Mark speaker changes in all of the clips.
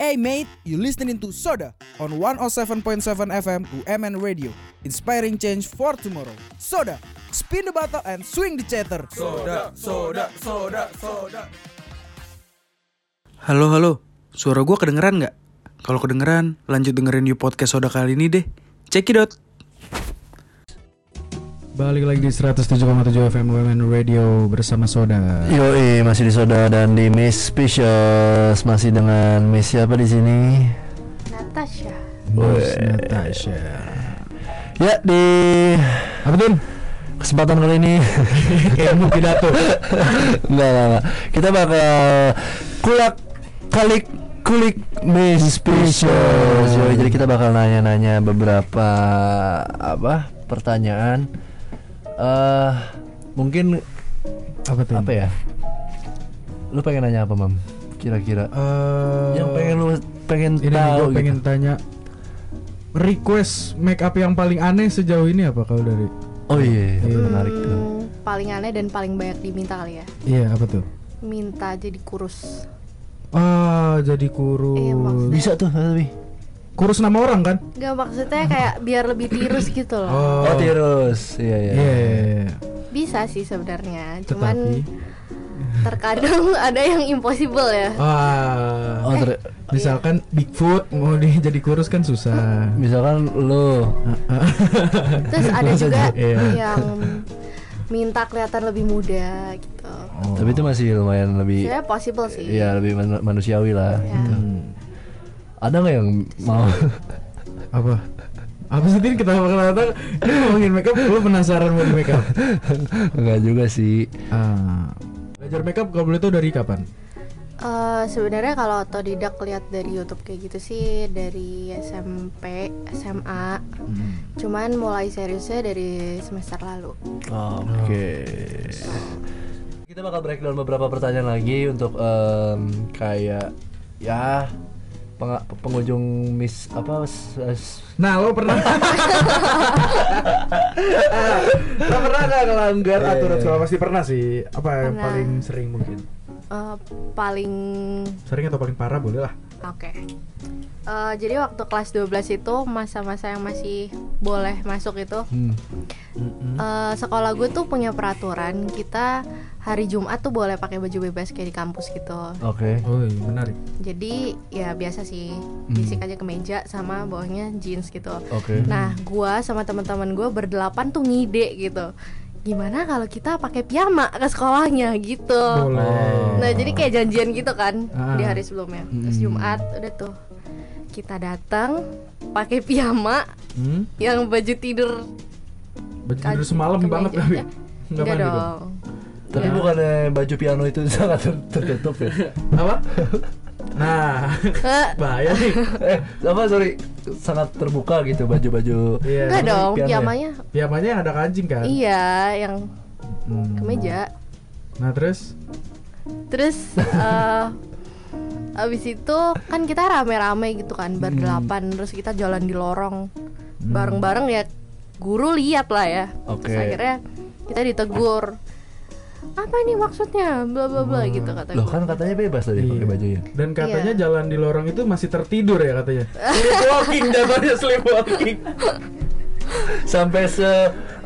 Speaker 1: Hey mate, you listening to Soda on 107.7 FM UMN Radio, inspiring change for tomorrow. Soda, spin the bottle and swing the chatter.
Speaker 2: Soda, soda, soda, soda.
Speaker 3: Halo, halo. Suara gua kedengeran nggak? Kalau kedengeran, lanjut dengerin di podcast soda kali ini deh. Cekidot.
Speaker 4: Balik lagi di 107,7 FM Women Radio bersama Soda.
Speaker 5: Yoi, masih di Soda dan di Miss Specious Masih dengan Miss siapa di sini?
Speaker 6: Natasha
Speaker 4: Bos Natasha.
Speaker 5: Ya, di
Speaker 4: Apa tuh?
Speaker 5: kesempatan kali ini
Speaker 4: Ilmu pidato.
Speaker 5: Enggak, enggak, enggak. Kita bakal kulak kalik kulik Miss Specious Yoi, jadi kita bakal nanya-nanya beberapa apa pertanyaan eh Mungkin
Speaker 4: Apa tuh?
Speaker 5: apa ya? Lu pengen nanya apa, Mam? Kira-kira
Speaker 4: Eh,
Speaker 5: Yang pengen lu pengen
Speaker 4: ini nih,
Speaker 5: tahu
Speaker 4: gua pengen
Speaker 5: gitu.
Speaker 4: tanya request make up yang paling aneh sejauh ini apa kalau dari?
Speaker 5: Oh iya, itu menarik tuh.
Speaker 6: Hmm, paling aneh dan paling banyak diminta kali ya
Speaker 4: Iya, apa tuh?
Speaker 6: minta jadi kurus
Speaker 4: Ah, jadi
Speaker 6: Iya,
Speaker 4: kurus.
Speaker 6: maksudnya.
Speaker 5: Bisa tuh, tapi.
Speaker 4: Kurus nama orang kan?
Speaker 6: Gak maksudnya kayak biar lebih tirus gitu loh
Speaker 5: Oh, tirus. Iya, iya.
Speaker 4: Iya. iya, iya.
Speaker 6: Bisa sih sebenarnya
Speaker 4: Tetapi
Speaker 6: Cuman terkadang ada yang impossible ya
Speaker 4: Wah.
Speaker 5: Oh,
Speaker 4: ah,
Speaker 5: ter-
Speaker 4: Misalkan Bigfoot mau di- jadi kurus kan susah.
Speaker 5: misalkan lu Oh.
Speaker 6: Terus ada juga
Speaker 4: Iya.
Speaker 6: yang minta kelihatan lebih muda gitu
Speaker 5: tapi itu masih lumayan lebih
Speaker 6: Sebenernya possible sih
Speaker 5: ya lebih man- manusiawi lah.
Speaker 4: Iya.
Speaker 5: gitu.
Speaker 4: Hmm.
Speaker 5: Ada nggak yang mau
Speaker 4: apa apa sih Tin ketawa ketawa ini ngomongin makeup lu penasaran mau di makeup
Speaker 5: nggak juga sih.
Speaker 4: ah belajar makeup kalau boleh tuh dari kapan
Speaker 6: Eh, sebenarnya kalau otodidak lihat dari YouTube kayak gitu sih dari SMP, SMA.
Speaker 5: Hmm.
Speaker 6: Cuman mulai seriusnya dari semester lalu.
Speaker 5: Oke. Kita bakal breakdown beberapa pertanyaan lagi untuk em, kayak ya peng- pengunjung miss apa s- s-
Speaker 4: nah lo pernah lo pernah nggak ngelanggar aturan sekolah pasti pernah sih apa yang
Speaker 6: Pernah.
Speaker 4: paling sering mungkin
Speaker 6: Eh, paling
Speaker 4: sering atau paling parah boleh lah
Speaker 6: oke. Eh, jadi waktu kelas 12 itu masa-masa yang masih boleh masuk itu
Speaker 5: hmm.
Speaker 6: eh, sekolah gue tuh punya peraturan kita hari Jumat tuh boleh pakai baju bebas kayak di kampus gitu.
Speaker 5: Oke.
Speaker 4: oh iya menarik
Speaker 6: Jadi ya biasa sih basic aja kemeja sama bawahnya jeans gitu.
Speaker 5: Hmm. Oke.
Speaker 6: Nah, gua sama teman-teman gua berdelapan tuh ngide gitu. Gimana kalau kita pakai piyama ke sekolahnya gitu.
Speaker 5: Oh.
Speaker 4: boleh
Speaker 6: Nah, jadi kayak janjian gitu kan
Speaker 4: Ah. Hmm.
Speaker 6: di hari sebelumnya. Terus Jumat udah tuh kita datang pakai piyama
Speaker 4: hmm?
Speaker 6: yang baju tidur
Speaker 4: baju tidur semalam
Speaker 6: kemeja.
Speaker 4: banget tapi Nggak
Speaker 6: enggak
Speaker 4: mandi
Speaker 6: dong.
Speaker 4: dong.
Speaker 5: Tapi
Speaker 4: Iya.
Speaker 6: Ya.
Speaker 5: bukannya baju piano itu sangat ter- tertutup ya?
Speaker 4: apa nah
Speaker 6: Eh,
Speaker 4: bahaya nih
Speaker 5: eh, apa sorry sangat terbuka gitu baju-baju.
Speaker 4: Iya.
Speaker 6: enggak
Speaker 5: Tapi
Speaker 6: dong,
Speaker 5: piyama ya?
Speaker 6: piyamanya
Speaker 4: piyamanya yang ada kancing kan
Speaker 6: iya yang
Speaker 4: Hmm.
Speaker 6: kemeja.
Speaker 4: nah terus
Speaker 6: Terus eh abis itu kan kita rame-rame gitu kan berdelapan terus kita jalan di lorong bareng-bareng ya guru lihat lah ya.
Speaker 5: Oke.
Speaker 6: Terus akhirnya kita ditegur. Apa ini maksudnya? Bla bla bla gitu kata
Speaker 5: Loh
Speaker 6: guru.
Speaker 5: kan katanya bebas tadi pakai
Speaker 4: Iya.
Speaker 5: bajunya.
Speaker 4: Dan katanya
Speaker 6: Iya.
Speaker 4: jalan di lorong itu masih tertidur ya katanya. Sleepwalking jatuhnya sleepwalking.
Speaker 5: Sampai se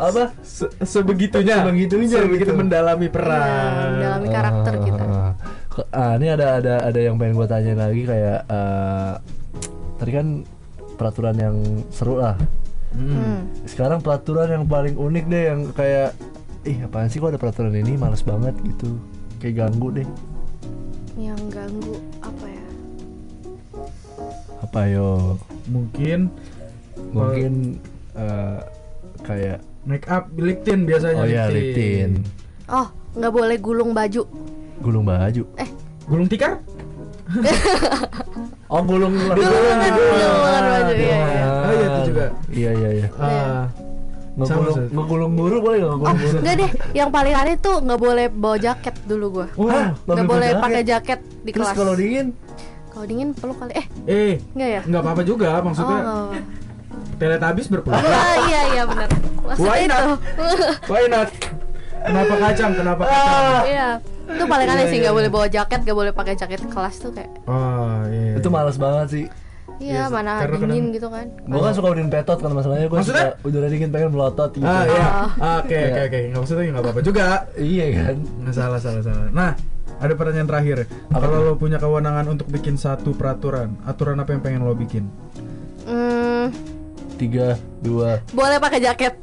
Speaker 5: apa?
Speaker 4: Se sebegitunya.
Speaker 5: Sebegitunya
Speaker 4: Sebegitu
Speaker 5: gitu.
Speaker 4: mendalami
Speaker 6: Nah,
Speaker 4: peran.
Speaker 6: mendalami karakter kita.
Speaker 5: Ah, ke- ah, ini ada ada ada yang pengen gue tanya lagi kayak eh, tadi kan peraturan yang seru lah.
Speaker 6: Hmm.
Speaker 5: Sekarang peraturan yang paling unik deh yang kayak ih apaan sih kok ada peraturan ini males banget gitu. Kayak ganggu deh.
Speaker 6: Yang ganggu apa ya?
Speaker 5: Apa yo?
Speaker 4: Mungkin
Speaker 5: Mungkin eh, kayak
Speaker 4: make up lip tint biasanya.
Speaker 5: oh ya lip tint.
Speaker 6: Oh, nggak boleh gulung baju.
Speaker 5: Gulung baju.
Speaker 4: Gulung tikar?
Speaker 5: Oh gulung
Speaker 6: Gulungan, gulungan baju ya. ya.
Speaker 4: Oh iya itu juga.
Speaker 5: Iya iya iya.
Speaker 4: Ah,
Speaker 5: Ngegulung
Speaker 4: Sama, Seth.
Speaker 5: ngegulung guru boleh nggak
Speaker 6: Oh,
Speaker 5: ngegulung guru?
Speaker 6: enggak deh. Yang paling aneh tuh nggak boleh bawa jaket dulu gua.
Speaker 5: Hah?
Speaker 4: Wah,
Speaker 6: Nggak boleh pakai jaket di
Speaker 5: Terus
Speaker 6: kelas.
Speaker 5: kalau dingin?
Speaker 6: Kalau dingin peluk kali. Eh,
Speaker 4: eh
Speaker 6: enggak ya?
Speaker 4: nggak apa-apa juga
Speaker 6: Oh,
Speaker 4: maksudnya
Speaker 6: nggak apa-apa.
Speaker 4: teletabis berpeluang.
Speaker 6: Wah, iya iya benar. Maksudnya
Speaker 4: Why not?
Speaker 6: itu. Ah.
Speaker 4: Why not? Kenapa kacang? Kenapa kacang?
Speaker 6: Iya. itu paling aneh sih nggak boleh bawa jaket nggak boleh pakai jaket kelas tuh kayak
Speaker 4: oh iya
Speaker 5: itu males banget sih
Speaker 4: Yes,
Speaker 6: iya mana
Speaker 4: karena
Speaker 6: dingin
Speaker 4: kadang-
Speaker 6: gitu kan
Speaker 5: gue kan suka udin petot kan masalahnya gue
Speaker 4: Maksudnya?
Speaker 5: suka udara dingin pengen melotot gitu
Speaker 4: ah iya
Speaker 6: Oh.
Speaker 4: Ah, oke
Speaker 5: Iya.
Speaker 4: oke oke nggak maksudnya nggak apa-apa juga
Speaker 5: iya kan
Speaker 4: nggak salah salah salah nah ada pertanyaan terakhir kalau lo punya kewenangan untuk bikin satu peraturan aturan apa yang pengen lo bikin
Speaker 6: hmm,
Speaker 5: tiga dua
Speaker 6: boleh pakai jaket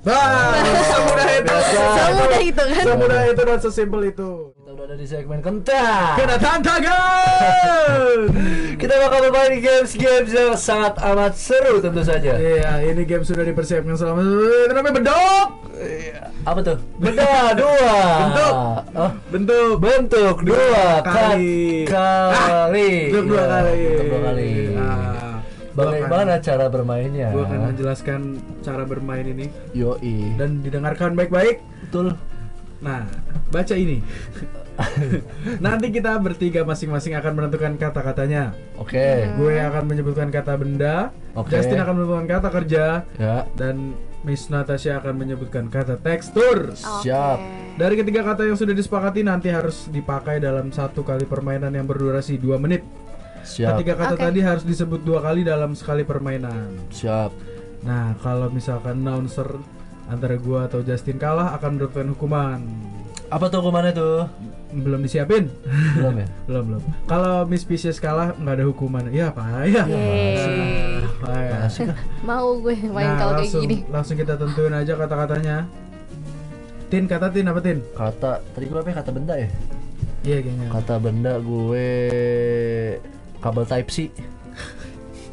Speaker 4: Bah, Nah, semudah itu,
Speaker 6: semudah itu kan
Speaker 4: semudah itu dan sesimpel itu.
Speaker 5: kita udah ada di segmen kentang
Speaker 4: Kena tantangan.
Speaker 5: kita bakal bermain games-games yang sangat amat seru tentu saja
Speaker 4: Iya, ini game sudah dipersiapkan selama itu namanya bedok.
Speaker 5: apa tuh benda dua
Speaker 4: Bentuk.
Speaker 5: Oh,
Speaker 4: Bentuk
Speaker 5: bentuk dua
Speaker 4: Kali. Ah,
Speaker 5: kat- kali
Speaker 4: bentuk dua
Speaker 5: Iya,
Speaker 4: kali.
Speaker 5: bentuk dua kali eh.
Speaker 4: Ah,
Speaker 5: bagaimana cara bermainnya
Speaker 4: Gua akan menjelaskan cara bermain ini
Speaker 5: yoi
Speaker 4: dan didengarkan baik-baik.
Speaker 5: betul
Speaker 4: Nah, baca ini. Nanti kita bertiga masing-masing akan menentukan kata-katanya.
Speaker 5: oke
Speaker 4: Gue akan menyebutkan kata benda,
Speaker 5: Oke.
Speaker 4: Justin akan menyebutkan kata kerja,
Speaker 5: ya
Speaker 4: dan Miss Natasha akan menyebutkan kata tekstur.
Speaker 5: siap
Speaker 4: Dari ketiga kata yang sudah disepakati nanti harus dipakai dalam satu kali permainan yang berdurasi 2 menit.
Speaker 5: siap
Speaker 4: Ketiga kata
Speaker 6: Oke.
Speaker 4: tadi harus disebut dua kali dalam sekali permainan.
Speaker 5: siap
Speaker 4: Nah, kalau misalkan announcer antara gua atau Justin kalah akan mendapatkan hukuman.
Speaker 5: apa tuh hukumannya tuh
Speaker 4: Belum disiapin?
Speaker 5: belum ya
Speaker 4: belum, belum. Kalau Miss Pisces kalah nggak ada hukuman. Iya, Nah, apa ya?
Speaker 6: Yeay.
Speaker 4: Payah.
Speaker 6: mau gue main
Speaker 4: Nah,
Speaker 6: kalau kayak
Speaker 4: langsung,
Speaker 6: gini
Speaker 4: langsung kita tentuin aja kata-katanya. Tin, kata Tin apa Tin?
Speaker 5: kata tadi gue apa ya? kata benda ya
Speaker 4: Iya kayaknya.
Speaker 5: kata benda gue kabel type C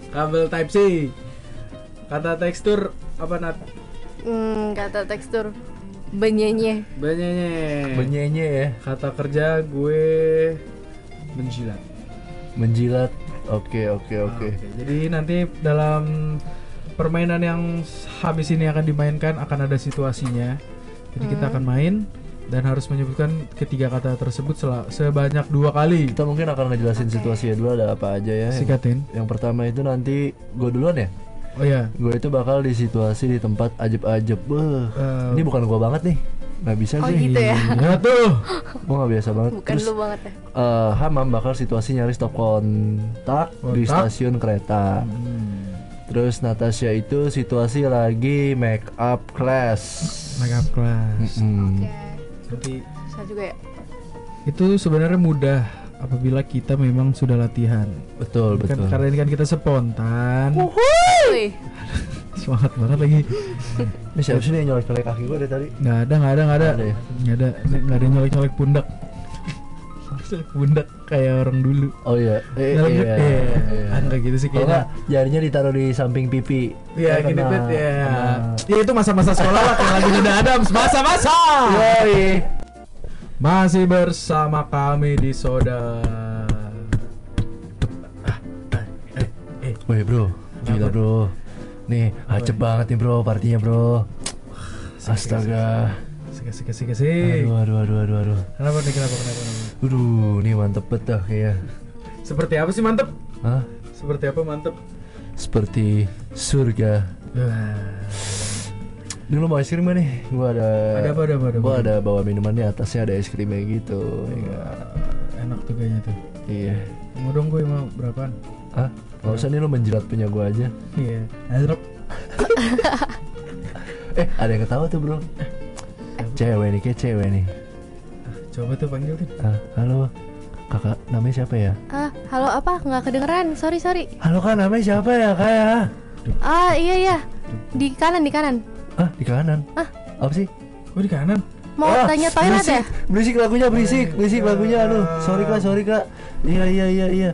Speaker 4: Kabel Type C. Kata tekstur apa Nat?
Speaker 6: hmm, kata tekstur benyenye
Speaker 4: Banyaknya.
Speaker 5: benyenye ya
Speaker 4: Kata kerja gue menjilat.
Speaker 5: menjilat oke oke oke
Speaker 4: Oke, Jadi nanti dalam permainan yang habis ini akan dimainkan akan ada situasinya. Jadi kita
Speaker 6: Hmm.
Speaker 4: akan main dan harus menyebutkan ketiga kata tersebut sela- sebanyak dua kali.
Speaker 5: kita mungkin akan ngejelasin situasinya dulu ada apa aja ya
Speaker 4: Sikatin.
Speaker 5: yang pertama itu nanti gue duluan ya
Speaker 4: Oh ya.
Speaker 5: gue itu bakal di situasi di tempat ajeb-ajeb Beuh,
Speaker 4: Eh.
Speaker 5: ini bukan gue banget nih nggak bisa
Speaker 6: oh
Speaker 5: gue
Speaker 6: gitu ya
Speaker 4: Ya tuh.
Speaker 5: gue nggak biasa banget
Speaker 6: bukan
Speaker 5: terus
Speaker 6: lu banget ya
Speaker 5: eh, Hamam bakal situasi nyaris stop kontak di
Speaker 4: Kontak.
Speaker 5: stasiun kereta terus Natasha itu situasi lagi make up class
Speaker 4: Make up class.
Speaker 5: Hmm.
Speaker 6: Oke.
Speaker 4: Nanti
Speaker 6: Susah juga ya
Speaker 4: itu sebenarnya mudah apabila kita memang sudah latihan.
Speaker 5: betul
Speaker 4: Kan
Speaker 5: betul Oh.
Speaker 4: karena ini kan kita spontan.
Speaker 6: Wih,
Speaker 4: Semangat banget lagi.
Speaker 5: ini siapa sih nih yang nyolek-nyolek kaki gue dari tadi
Speaker 4: Nggak ada, nggak ada, nggak ada.
Speaker 5: Nggak ada ya?
Speaker 4: Nggak ada, nggak ada yang nyolek-nyolek pundak. Nyolek pundak kayak orang dulu.
Speaker 5: oh iya Eh,
Speaker 4: Nyolek-
Speaker 5: iya,
Speaker 4: iya.
Speaker 5: iya.
Speaker 4: Ah, nggak gitu sih
Speaker 5: Kalau
Speaker 4: kayaknya.
Speaker 5: nggak, jarinya ditaruh di samping pipi
Speaker 4: Iya,
Speaker 5: Kan
Speaker 4: gini
Speaker 5: kena-
Speaker 4: bet ya.
Speaker 5: kena-
Speaker 4: Ya itu masa-masa sekolah lah kayak lagi ada Adams, masa-masa.
Speaker 5: Yoi.
Speaker 4: Masih bersama kami di Soda.
Speaker 5: Woi bro, gila bro. Nih, acep banget nih bro partinya bro. Astaga.
Speaker 4: Sik sik sik sik.
Speaker 5: Aduh, aduh, aduh, aduh, aduh.
Speaker 4: Kenapa nih kenapa kenapa? kenapa?
Speaker 5: Aduh, ini mantep bet dah kayaknya.
Speaker 4: Seperti apa sih mantep?
Speaker 5: Hah?
Speaker 4: Seperti apa mantep?
Speaker 5: Seperti surga.
Speaker 4: Wah.
Speaker 5: Ini lo mau es krim gak nih? Gua ada
Speaker 4: Ada apa, ada apa, ada
Speaker 5: Gua
Speaker 4: apa?
Speaker 5: ada bawa minumannya atasnya ada es krimnya gitu. Iya.
Speaker 4: Enak tuh kayaknya tuh.
Speaker 5: Iya.
Speaker 4: Mau dong gue mau berapaan?
Speaker 5: Hah? Gak usah nih lo menjilat punya gua aja.
Speaker 4: Iya. Azrap.
Speaker 5: Eh, ada yang ketawa tuh, Bro. Cewek nih, kayak cewek nih.
Speaker 4: Coba tuh panggil tuh.
Speaker 5: Ah, halo. Kakak, namanya siapa ya?
Speaker 6: ah halo apa nggak kedengeran sorry sorry
Speaker 5: Halo kak, namanya siapa ya kak ya?
Speaker 6: ah iya iya di kanan di kanan
Speaker 5: Ah, di kanan.
Speaker 6: Hah?
Speaker 5: Apa sih?
Speaker 4: Oh di kanan.
Speaker 6: mau
Speaker 5: Ah,
Speaker 6: tanya
Speaker 5: berisik,
Speaker 6: toilet ya
Speaker 5: Berisik lagunya, berisik, berisik lagunya. Aduh, sorry kak, sorry kak. Iya, iya, iya, iya.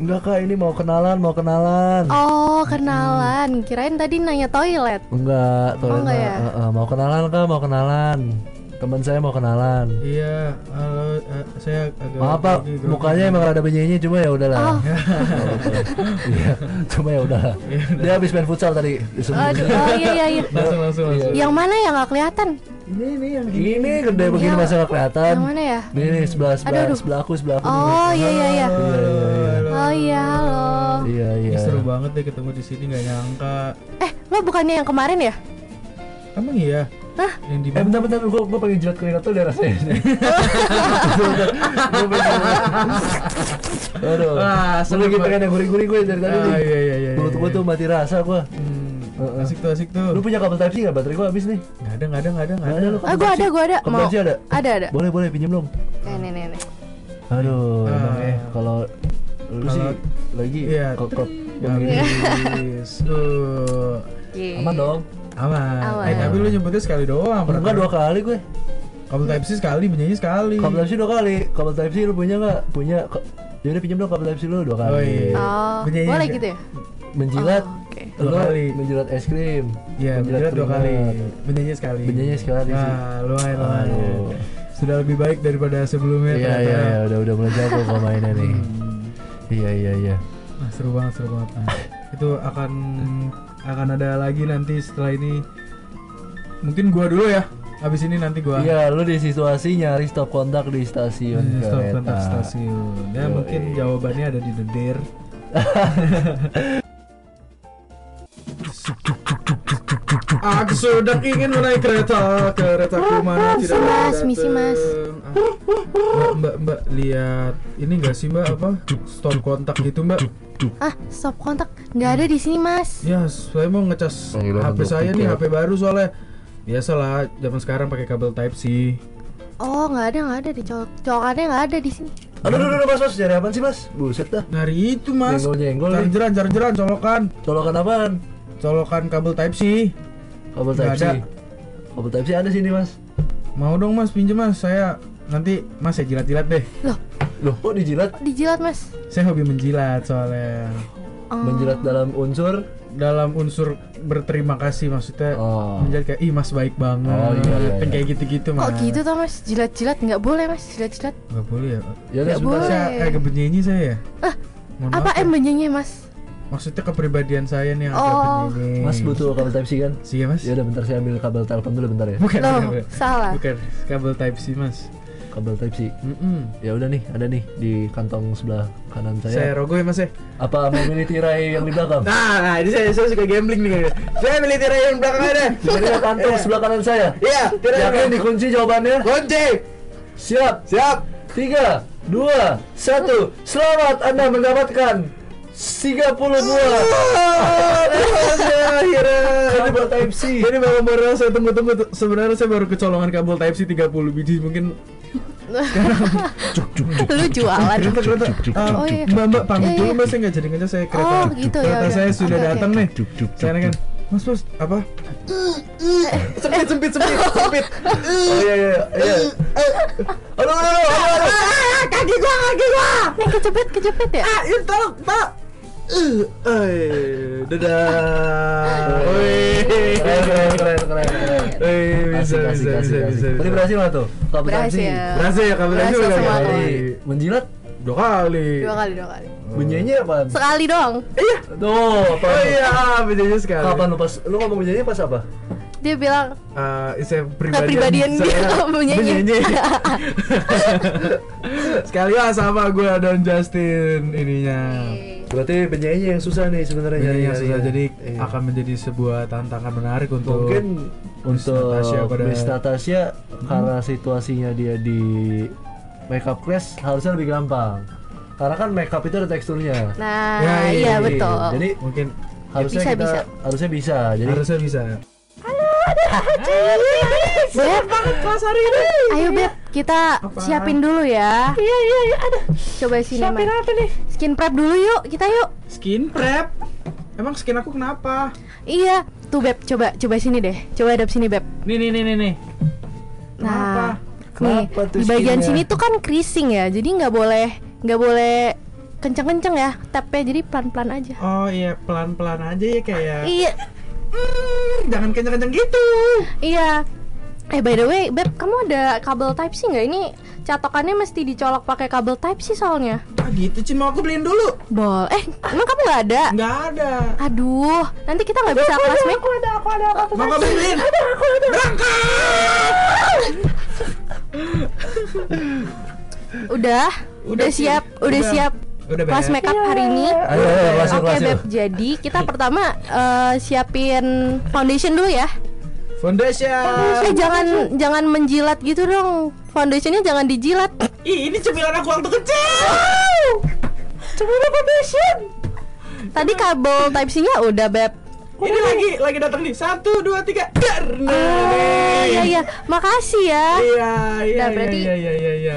Speaker 5: Enggak kak, ini mau kenalan, mau kenalan.
Speaker 6: oh kenalan kirain tadi nanya toilet
Speaker 5: Enggak,
Speaker 6: Oh,
Speaker 5: tolong
Speaker 6: enggak ya?
Speaker 5: mau kenalan kak, mau kenalan. Teman saya mau kenalan.
Speaker 4: Iya, halo, eh, saya agak
Speaker 5: Maaf pak,
Speaker 4: grogi, grogi.
Speaker 5: mukanya emang rada benyenyi, cuma ya
Speaker 6: Oh.
Speaker 5: udahlah. Iya, cuma ya udahlah.
Speaker 4: Iya,
Speaker 5: Dia habis main futsal tadi.
Speaker 6: Aduh, oh iya iya iya
Speaker 4: langsung langsung langsung.
Speaker 6: yang mana ya nggak kelihatan
Speaker 4: Ini ini yang
Speaker 5: Ini gede begini
Speaker 6: Iya.
Speaker 5: masa nggak kelihatan.
Speaker 6: yang mana ya
Speaker 5: Nih, nih sebelah sebelah,
Speaker 6: aduh.
Speaker 5: sebelah aku sebelah aku. nih.
Speaker 6: oh iya iya iya
Speaker 5: Iya, iya, iya.
Speaker 6: oh iya halo
Speaker 5: Iya iya.
Speaker 4: Ini seru banget deh ketemu di sini nggak nyangka.
Speaker 6: eh lo bukannya yang kemarin ya
Speaker 4: Emang iya. Yang di
Speaker 5: Eh
Speaker 4: mana?
Speaker 5: bentar bentar gue gue pengen jilat keringat tuh udah rasanya. Gue pengen. Aduh.
Speaker 4: Ah,
Speaker 5: Gue
Speaker 4: seru
Speaker 5: lagi
Speaker 4: banget.
Speaker 5: pengen yang gurih-gurih gue dari tadi
Speaker 4: Ah,
Speaker 5: nih.
Speaker 4: iya iya iya.
Speaker 5: Mulut gue tuh mati rasa gue.
Speaker 4: Hmm,
Speaker 5: Heeh.
Speaker 4: asik tuh asik tuh.
Speaker 5: Lu punya kabel type C nggak? Baterai gue habis nih.
Speaker 4: Nggak ada nggak ada nggak ada nggak
Speaker 5: Nggak
Speaker 4: ada.
Speaker 5: ada lu.
Speaker 6: Ah, gua ada, gua ada. Mau.
Speaker 5: Kabel C ada.
Speaker 6: Ada, ada. Eh,
Speaker 5: Boleh boleh pinjem dong.
Speaker 6: Nih, nih, nih, nih.
Speaker 5: Aduh.
Speaker 4: Ah.
Speaker 5: emang ya, Kalau lu sih
Speaker 4: Kalau-
Speaker 5: lagi
Speaker 4: Iya,
Speaker 5: kok kok Iya.
Speaker 4: Habis. Duh.
Speaker 6: Yeay.
Speaker 5: aman dong.
Speaker 4: Aman.
Speaker 6: Aman.
Speaker 4: Eh, tapi lu nyebutnya sekali doang.
Speaker 5: Enggak dua kali gue.
Speaker 4: Kabel type C sekali, bunyinya sekali. Iya,
Speaker 5: Kabel type C dua kali. Kabel type C lu punya nggak? Punya. Jadi pinjem dong kabel type C lu dua kali.
Speaker 4: Oh iya.
Speaker 6: Oh,
Speaker 4: Bunyinya
Speaker 6: boleh
Speaker 4: nggak?
Speaker 6: gitu ya?
Speaker 5: Menjilat.
Speaker 6: Oh, Oke.
Speaker 4: Dua
Speaker 5: Lu
Speaker 4: kali.
Speaker 5: Menjilat es krim.
Speaker 4: Iya, menjelat dua kali.
Speaker 5: keringat.
Speaker 4: Benjanya sekali.
Speaker 5: Benjanya sekali sih.
Speaker 4: Nah, lumayan lumayan.
Speaker 5: Aduh.
Speaker 4: Sudah lebih baik daripada sebelumnya.
Speaker 5: Iya
Speaker 4: ternyata.
Speaker 5: iya iya udah udah mulai jago gua mainnya nih.
Speaker 4: Hmm.
Speaker 5: Iya iya iya.
Speaker 4: Nah, seru banget, seru banget. Nah, itu akan akan ada lagi nanti setelah ini. Mungkin gua dulu ya. Habis ini nanti gua.
Speaker 5: Iya lu di situasi nyari stop kontak di stasiun
Speaker 4: Hmm, Stop
Speaker 5: kereta.
Speaker 4: kontak stasiun. Ya
Speaker 5: Iya, Yoi.
Speaker 4: mungkin jawabannya ada di The Dare. Aku sedang ingin menaik kereta, keretaku mana
Speaker 6: Misi,
Speaker 4: tidak
Speaker 6: Mas,
Speaker 4: datang.
Speaker 6: misi, Mas.
Speaker 4: Ah. Mbak, mbak, mbak, lihat ini nggak sih mbak apa stop kontak gitu mbak?
Speaker 6: Ah, stop kontak nggak ada di sini, Mas.
Speaker 4: Ya, saya mau ngecas
Speaker 5: Oh, gila,
Speaker 4: HP saya
Speaker 5: bentuk
Speaker 4: nih,
Speaker 5: ya.
Speaker 4: HP baru soalnya. Biasalah, zaman sekarang pakai kabel Type C.
Speaker 6: Oh, nggak ada, nggak ada di colok. Colokannya nggak ada di sini.
Speaker 5: Aduh aduh aduh mas mas nyari apaan sih mas? Buset dah.
Speaker 4: Nyari Nah, itu mas,
Speaker 5: Jenggol-jenggol nih.
Speaker 4: chargeran, chargeran, colokan.
Speaker 5: Colokan apaan?
Speaker 4: colokan kabel type C
Speaker 5: Kabel
Speaker 4: Nggak
Speaker 5: type C.
Speaker 4: ada.
Speaker 5: Kabel type C ada sini mas.
Speaker 4: mau dong mas pinjem mas saya nanti mas saya jilat-jilat deh
Speaker 6: Loh,
Speaker 5: Loh kok Oh, dijilat?
Speaker 6: dijilat, Mas.
Speaker 4: saya hobi menjilat soalnya
Speaker 6: Oh.
Speaker 5: Menjilat dalam unsur.
Speaker 4: dalam unsur berterima kasih maksudnya
Speaker 5: Oh.
Speaker 4: menjilat kayak ih mas baik banget
Speaker 5: Oh, iya, iya,
Speaker 4: Yang
Speaker 5: iya.
Speaker 4: kayak gitu-gitu mas
Speaker 6: Kok gitu toh, Mas? Jilat-jilat nggak boleh, Mas. Jilat-jilat.
Speaker 4: nggak boleh ya
Speaker 5: Ya udah
Speaker 6: Nggak
Speaker 5: sebentar.
Speaker 6: boleh.
Speaker 4: saya kayak kebenyanyi saya ya
Speaker 6: Ah,
Speaker 4: Mohon
Speaker 6: apa
Speaker 4: maaf ya.
Speaker 6: em benjengnya, Mas?
Speaker 4: maksudnya kepribadian saya nih yang agak
Speaker 6: Oh.
Speaker 4: benyanyi
Speaker 5: Mas butuh kabel type C kan?
Speaker 4: sih mas
Speaker 5: Ya udah bentar saya ambil kabel telepon dulu bentar ya.
Speaker 4: bukan bukan,
Speaker 6: Loh,
Speaker 4: bukan.
Speaker 6: salah.
Speaker 4: Bukan, kabel type C mas
Speaker 5: Kabel type C.
Speaker 4: Mm-mm.
Speaker 5: Ya udah nih, ada nih di kantong sebelah kanan
Speaker 4: saya
Speaker 5: saya.
Speaker 4: rogo ya mas ya
Speaker 5: Apa mau milih tirai yang di belakang?
Speaker 4: nah, nah ini saya, saya suka gambling nih saya beli tirai yang belakang ada
Speaker 5: Tirai kantong sebelah kanan saya.
Speaker 4: iya tirai
Speaker 5: Yakin dikunci jawabannya?
Speaker 4: kunci
Speaker 5: Siap, siap. Tiga, dua, satu. Selamat Anda mendapatkan 32 kabel type C.
Speaker 4: Ini memang baru saya tunggu-tunggu tuh. Sebenarnya saya baru kecolongan kabel Type C 30 biji mungkin.
Speaker 6: Lu jualan.
Speaker 4: Ah,
Speaker 6: Oh, iya.
Speaker 4: Mbak Mbak pamit
Speaker 6: Iya,
Speaker 4: dulu
Speaker 6: iya.
Speaker 4: Mas saya nggak jadi ngejar saya kereta.
Speaker 6: Oh, gitu, ya,
Speaker 4: kereta
Speaker 6: ya.
Speaker 4: saya sudah
Speaker 6: Oke, oke.
Speaker 4: datang nih. Saya kan Mas Mas apa? sempit sempit sempit sempit. Eh,
Speaker 5: Oh iya iya iya. Aduh, aduh, aduh, aduh, aduh.
Speaker 6: kaki gua, kaki gua. Ah, Nih kejepit, kejepit ya.
Speaker 4: Ah, Eh, dadah. Wih.
Speaker 5: Keren, keren, keren, keren, keren.
Speaker 4: Eh, bisa bisa
Speaker 5: Asik, asik,
Speaker 4: bisa
Speaker 5: asik.
Speaker 4: bisa.
Speaker 5: Tadi berhasil nggak tuh? Kabel type C.
Speaker 6: Berhasil.
Speaker 4: Berhasil ya kabel Type C
Speaker 6: Berhasil
Speaker 4: udah
Speaker 6: semua.
Speaker 4: kali.
Speaker 5: Kali. Menjilat
Speaker 4: Dua kali.
Speaker 6: Dua kali, dua kali.
Speaker 5: bunyinya apaan?
Speaker 6: Sekali dong.
Speaker 5: Tuh, apa?
Speaker 4: Oh iya, bedanya sekali.
Speaker 5: Kapan lu pas lu ngomong bunyinya pas apa?
Speaker 6: Dia bilang
Speaker 4: Eh, saya
Speaker 6: kepribadian
Speaker 4: pribadian
Speaker 6: Nah, dia
Speaker 4: saya
Speaker 6: menyanyi.
Speaker 4: menyanyi. Sekali lah sama gue dan Justin
Speaker 6: Iya,
Speaker 4: ininya.
Speaker 5: Berarti penyanyi yang susah nih sebenarnya.
Speaker 4: Penyanyi yang
Speaker 5: nyari-nyari.
Speaker 4: susah jadi
Speaker 5: Iya.
Speaker 4: akan menjadi sebuah tantangan menarik untuk
Speaker 5: mungkin
Speaker 4: Miss
Speaker 5: untuk
Speaker 4: Natasha pada- Hmm?
Speaker 5: Miss Natasha karena situasinya dia di makeup class harusnya lebih gampang. Karena kan makeup itu ada teksturnya.
Speaker 6: Nah,
Speaker 4: Ya, iya,
Speaker 6: iya
Speaker 5: Jadi-
Speaker 6: betul.
Speaker 5: Jadi
Speaker 4: mungkin
Speaker 5: harusnya
Speaker 6: bisa,
Speaker 5: kita
Speaker 6: bisa.
Speaker 5: harusnya bisa. Jadi
Speaker 4: harusnya bisa.
Speaker 6: Ah,
Speaker 4: ah, iya,
Speaker 6: iya, Beb, Ayo Beb, kita siapin dulu ya. Iya iya iya ada. Coba sini Siapin apa nih? Skin prep dulu yuk, kita yuk.
Speaker 4: Skin prep. Emang skin aku kenapa?
Speaker 6: Iya, tuh Beb, coba coba sini deh. Coba hadap sini Beb.
Speaker 4: Nih nih nih nih nih.
Speaker 6: Nah, nih
Speaker 5: Kenapa tuh
Speaker 6: di bagian
Speaker 5: skinnya?
Speaker 6: sini tuh kan creasing ya, jadi nggak boleh nggak boleh kenceng-kenceng ya tapnya, jadi pelan-pelan aja.
Speaker 4: Oh iya, pelan-pelan aja ya kayak.
Speaker 6: Iya,
Speaker 4: Hmm, jangan kenceng-kenceng gitu.
Speaker 6: iya. Eh by the way, Beb, kamu ada kabel Type C nggak? Ini catokannya mesti dicolok pakai kabel Type C soalnya.
Speaker 4: Ah gitu, Ci, mau aku beliin dulu.
Speaker 6: Bol, eh emang kamu nggak ada?
Speaker 4: Nggak ada.
Speaker 6: Aduh, nanti kita nggak bisa kelas make.
Speaker 4: Mau aku beliin.
Speaker 6: Udah, udah
Speaker 4: Ci.
Speaker 6: siap, udah
Speaker 4: Udah.
Speaker 6: siap
Speaker 4: Udah
Speaker 6: kelas
Speaker 4: beres.
Speaker 6: make up hari ini.
Speaker 5: Iya. ayo ayo masuk
Speaker 6: Oke
Speaker 5: masuk.
Speaker 6: Beb, jadi kita pertama eh, siapin foundation dulu ya.
Speaker 4: Foundation.
Speaker 6: Eh, jangan jangan menjilat gitu dong. Foundationnya jangan dijilat.
Speaker 7: Ih, ini cemilan aku waktu kecil.
Speaker 6: Cuma foundation. Tadi kabel Type C-nya udah beb.
Speaker 7: Ini lagi lagi datang nih. Satu, dua, tiga. Dar. Nah,
Speaker 6: Ah,
Speaker 7: nih.
Speaker 6: iya iya. Makasih ya.
Speaker 7: Iya, iya,
Speaker 6: Nah,
Speaker 7: iya,
Speaker 6: berarti-
Speaker 7: iya.
Speaker 4: Iya iya iya iya.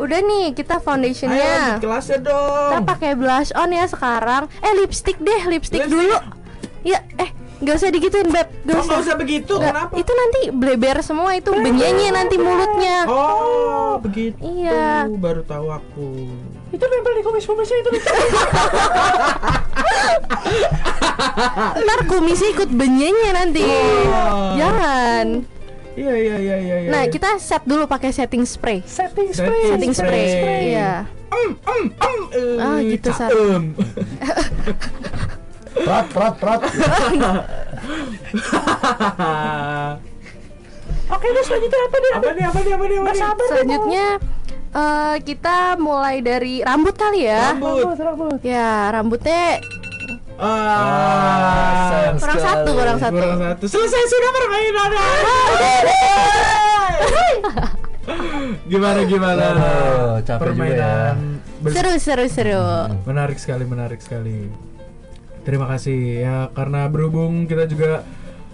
Speaker 6: Udah nih kita
Speaker 7: Ayo lanjut
Speaker 6: foundationnya.
Speaker 7: kelasnya dong.
Speaker 6: Kita pakai blush on ya sekarang. Eh lipstick deh, lipstick
Speaker 7: Lipstick.
Speaker 6: dulu. Ya, eh nggak usah digituin beb. Nggak
Speaker 7: Kok
Speaker 6: usah.
Speaker 7: nggak usah begitu?
Speaker 6: Nggak,
Speaker 7: Kenapa?
Speaker 6: Itu nanti bleber semua itu benyenyi nanti mulutnya.
Speaker 7: Oh, begitu.
Speaker 6: Iya.
Speaker 7: Baru tahu aku.
Speaker 6: Itu nempel di kumis-kumisnya itu. Ntar kumisnya ikut benyenyi nanti.
Speaker 7: Oh.
Speaker 6: Jangan.
Speaker 7: Iya, iya, iya, iya. iya.
Speaker 6: Nah, kita set dulu pakai setting spray.
Speaker 7: setting spray.
Speaker 6: Setting spray. Iya.
Speaker 7: Em, em, em. eh,
Speaker 6: Ah, gitu,
Speaker 7: ca-
Speaker 6: Sar.
Speaker 7: em.
Speaker 5: Prat, prat, prat.
Speaker 7: Oke, terus selanjutnya apa nih? Apa nih? Apa nih? Apa nih? Apa nih?
Speaker 6: Selanjutnya eh, kita mulai dari rambut kali ya.
Speaker 7: Rambut.
Speaker 6: Ya, rambutnya
Speaker 7: Ah,
Speaker 5: Sayang
Speaker 6: kurang
Speaker 5: sekali.
Speaker 6: satu, kurang satu.
Speaker 7: kurang satu. Selesai sudah permainan. gimana gimana?
Speaker 5: Aduh, capek juga ya.
Speaker 4: Permainan ber-
Speaker 6: Seru, seru, seru.
Speaker 7: Hmm.
Speaker 4: Menarik sekali, menarik sekali. Terima kasih ya karena berhubung kita juga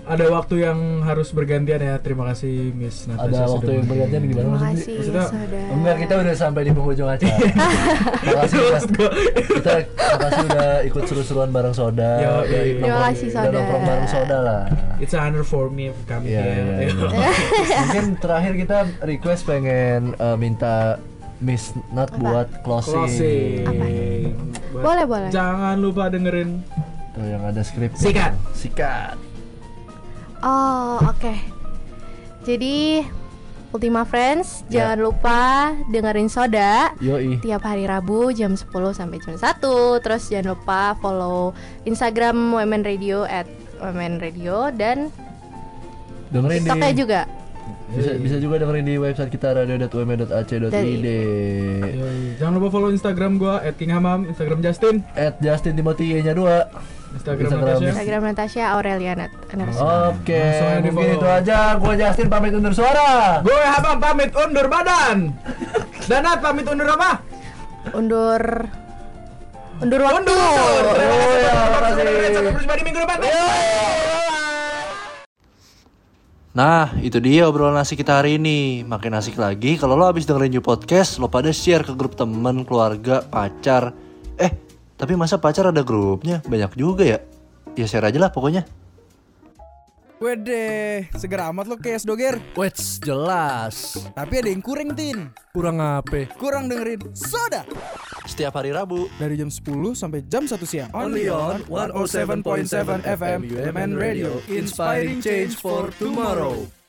Speaker 4: ada waktu yang harus bergantian ya. Terima kasih Miss
Speaker 5: Ada
Speaker 4: Natasha sudah
Speaker 5: waktu yang
Speaker 4: mampir.
Speaker 5: bergantian gimana
Speaker 6: Terima
Speaker 5: maksudnya?
Speaker 6: kasih,
Speaker 4: maksudnya-
Speaker 7: oh,
Speaker 6: saudara.
Speaker 5: Enggak, kita udah sampai di penghujung acara. Makasih
Speaker 4: Itu
Speaker 5: kita,
Speaker 4: maksud gua.
Speaker 5: kita makasih udah ikut seru-seruan bareng soda.
Speaker 4: Yo,
Speaker 5: Udah
Speaker 4: iya.
Speaker 5: ikut
Speaker 6: Terima
Speaker 5: nongkrong-
Speaker 6: kasih,
Speaker 5: udah
Speaker 6: Soda.
Speaker 5: nongkrong bareng soda lah.
Speaker 4: It's an honor for me for coming
Speaker 5: Iya,
Speaker 4: here.
Speaker 5: iya, iya. Mungkin terakhir kita request pengen eh, minta Miss Nat buat closing.
Speaker 4: Closing. Buat-
Speaker 6: Boleh, boleh.
Speaker 4: Jangan lupa dengerin
Speaker 5: Tuh yang ada skrip.
Speaker 4: Sikat.
Speaker 5: Sikat.
Speaker 6: Oh, oke. Jadi Ultima Friends,
Speaker 7: Ya.
Speaker 6: jangan lupa dengerin Soda
Speaker 5: Yoi.
Speaker 6: tiap hari Rabu jam 10 sampai jam 1. Terus jangan lupa follow Instagram Women Radio at Women Radio dan
Speaker 5: Dengerin
Speaker 6: TikToknya
Speaker 5: di
Speaker 6: juga.
Speaker 5: bisa bisa juga dengerin di website kita radio.wm.ac.id.
Speaker 4: Yoi. Jangan lupa follow Instagram gua @kinghamam, Instagram Justin,
Speaker 5: At Justin Timothy nya dua.
Speaker 4: Instagram,
Speaker 5: Instagram
Speaker 4: Natasha.
Speaker 6: Instagram Natasha Nah, Aurelia Nat.
Speaker 5: Oh.
Speaker 6: Natasha.
Speaker 5: Oke,
Speaker 4: Langsung aja
Speaker 5: mungkin
Speaker 4: di-follow.
Speaker 5: itu aja. Gua Justin pamit undur suara.
Speaker 4: Gue Habam pamit undur badan. Danat pamit undur apa?
Speaker 6: Undur undur waktu.
Speaker 5: Oh ya, makasih.
Speaker 4: Sampai jumpa di minggu depan.
Speaker 5: Nah, itu dia obrolan asik kita hari ini. Makin asik lagi kalau lo abis dengerin new podcast, lo pada share ke grup temen, keluarga, pacar. Eh, tapi masa pacar ada grupnya? Banyak juga ya. Ya share aja lah pokoknya.
Speaker 1: Wede, segera amat lo kayak doger.
Speaker 5: Wets, jelas.
Speaker 1: Tapi ada yang kuring tin.
Speaker 5: Kurang apa?
Speaker 1: Kurang dengerin Soda
Speaker 5: Setiap hari Rabu.
Speaker 1: dari jam 10 sampai jam 1 siang.
Speaker 2: Only on 107.7 FM UMN Radio, inspiring change for tomorrow.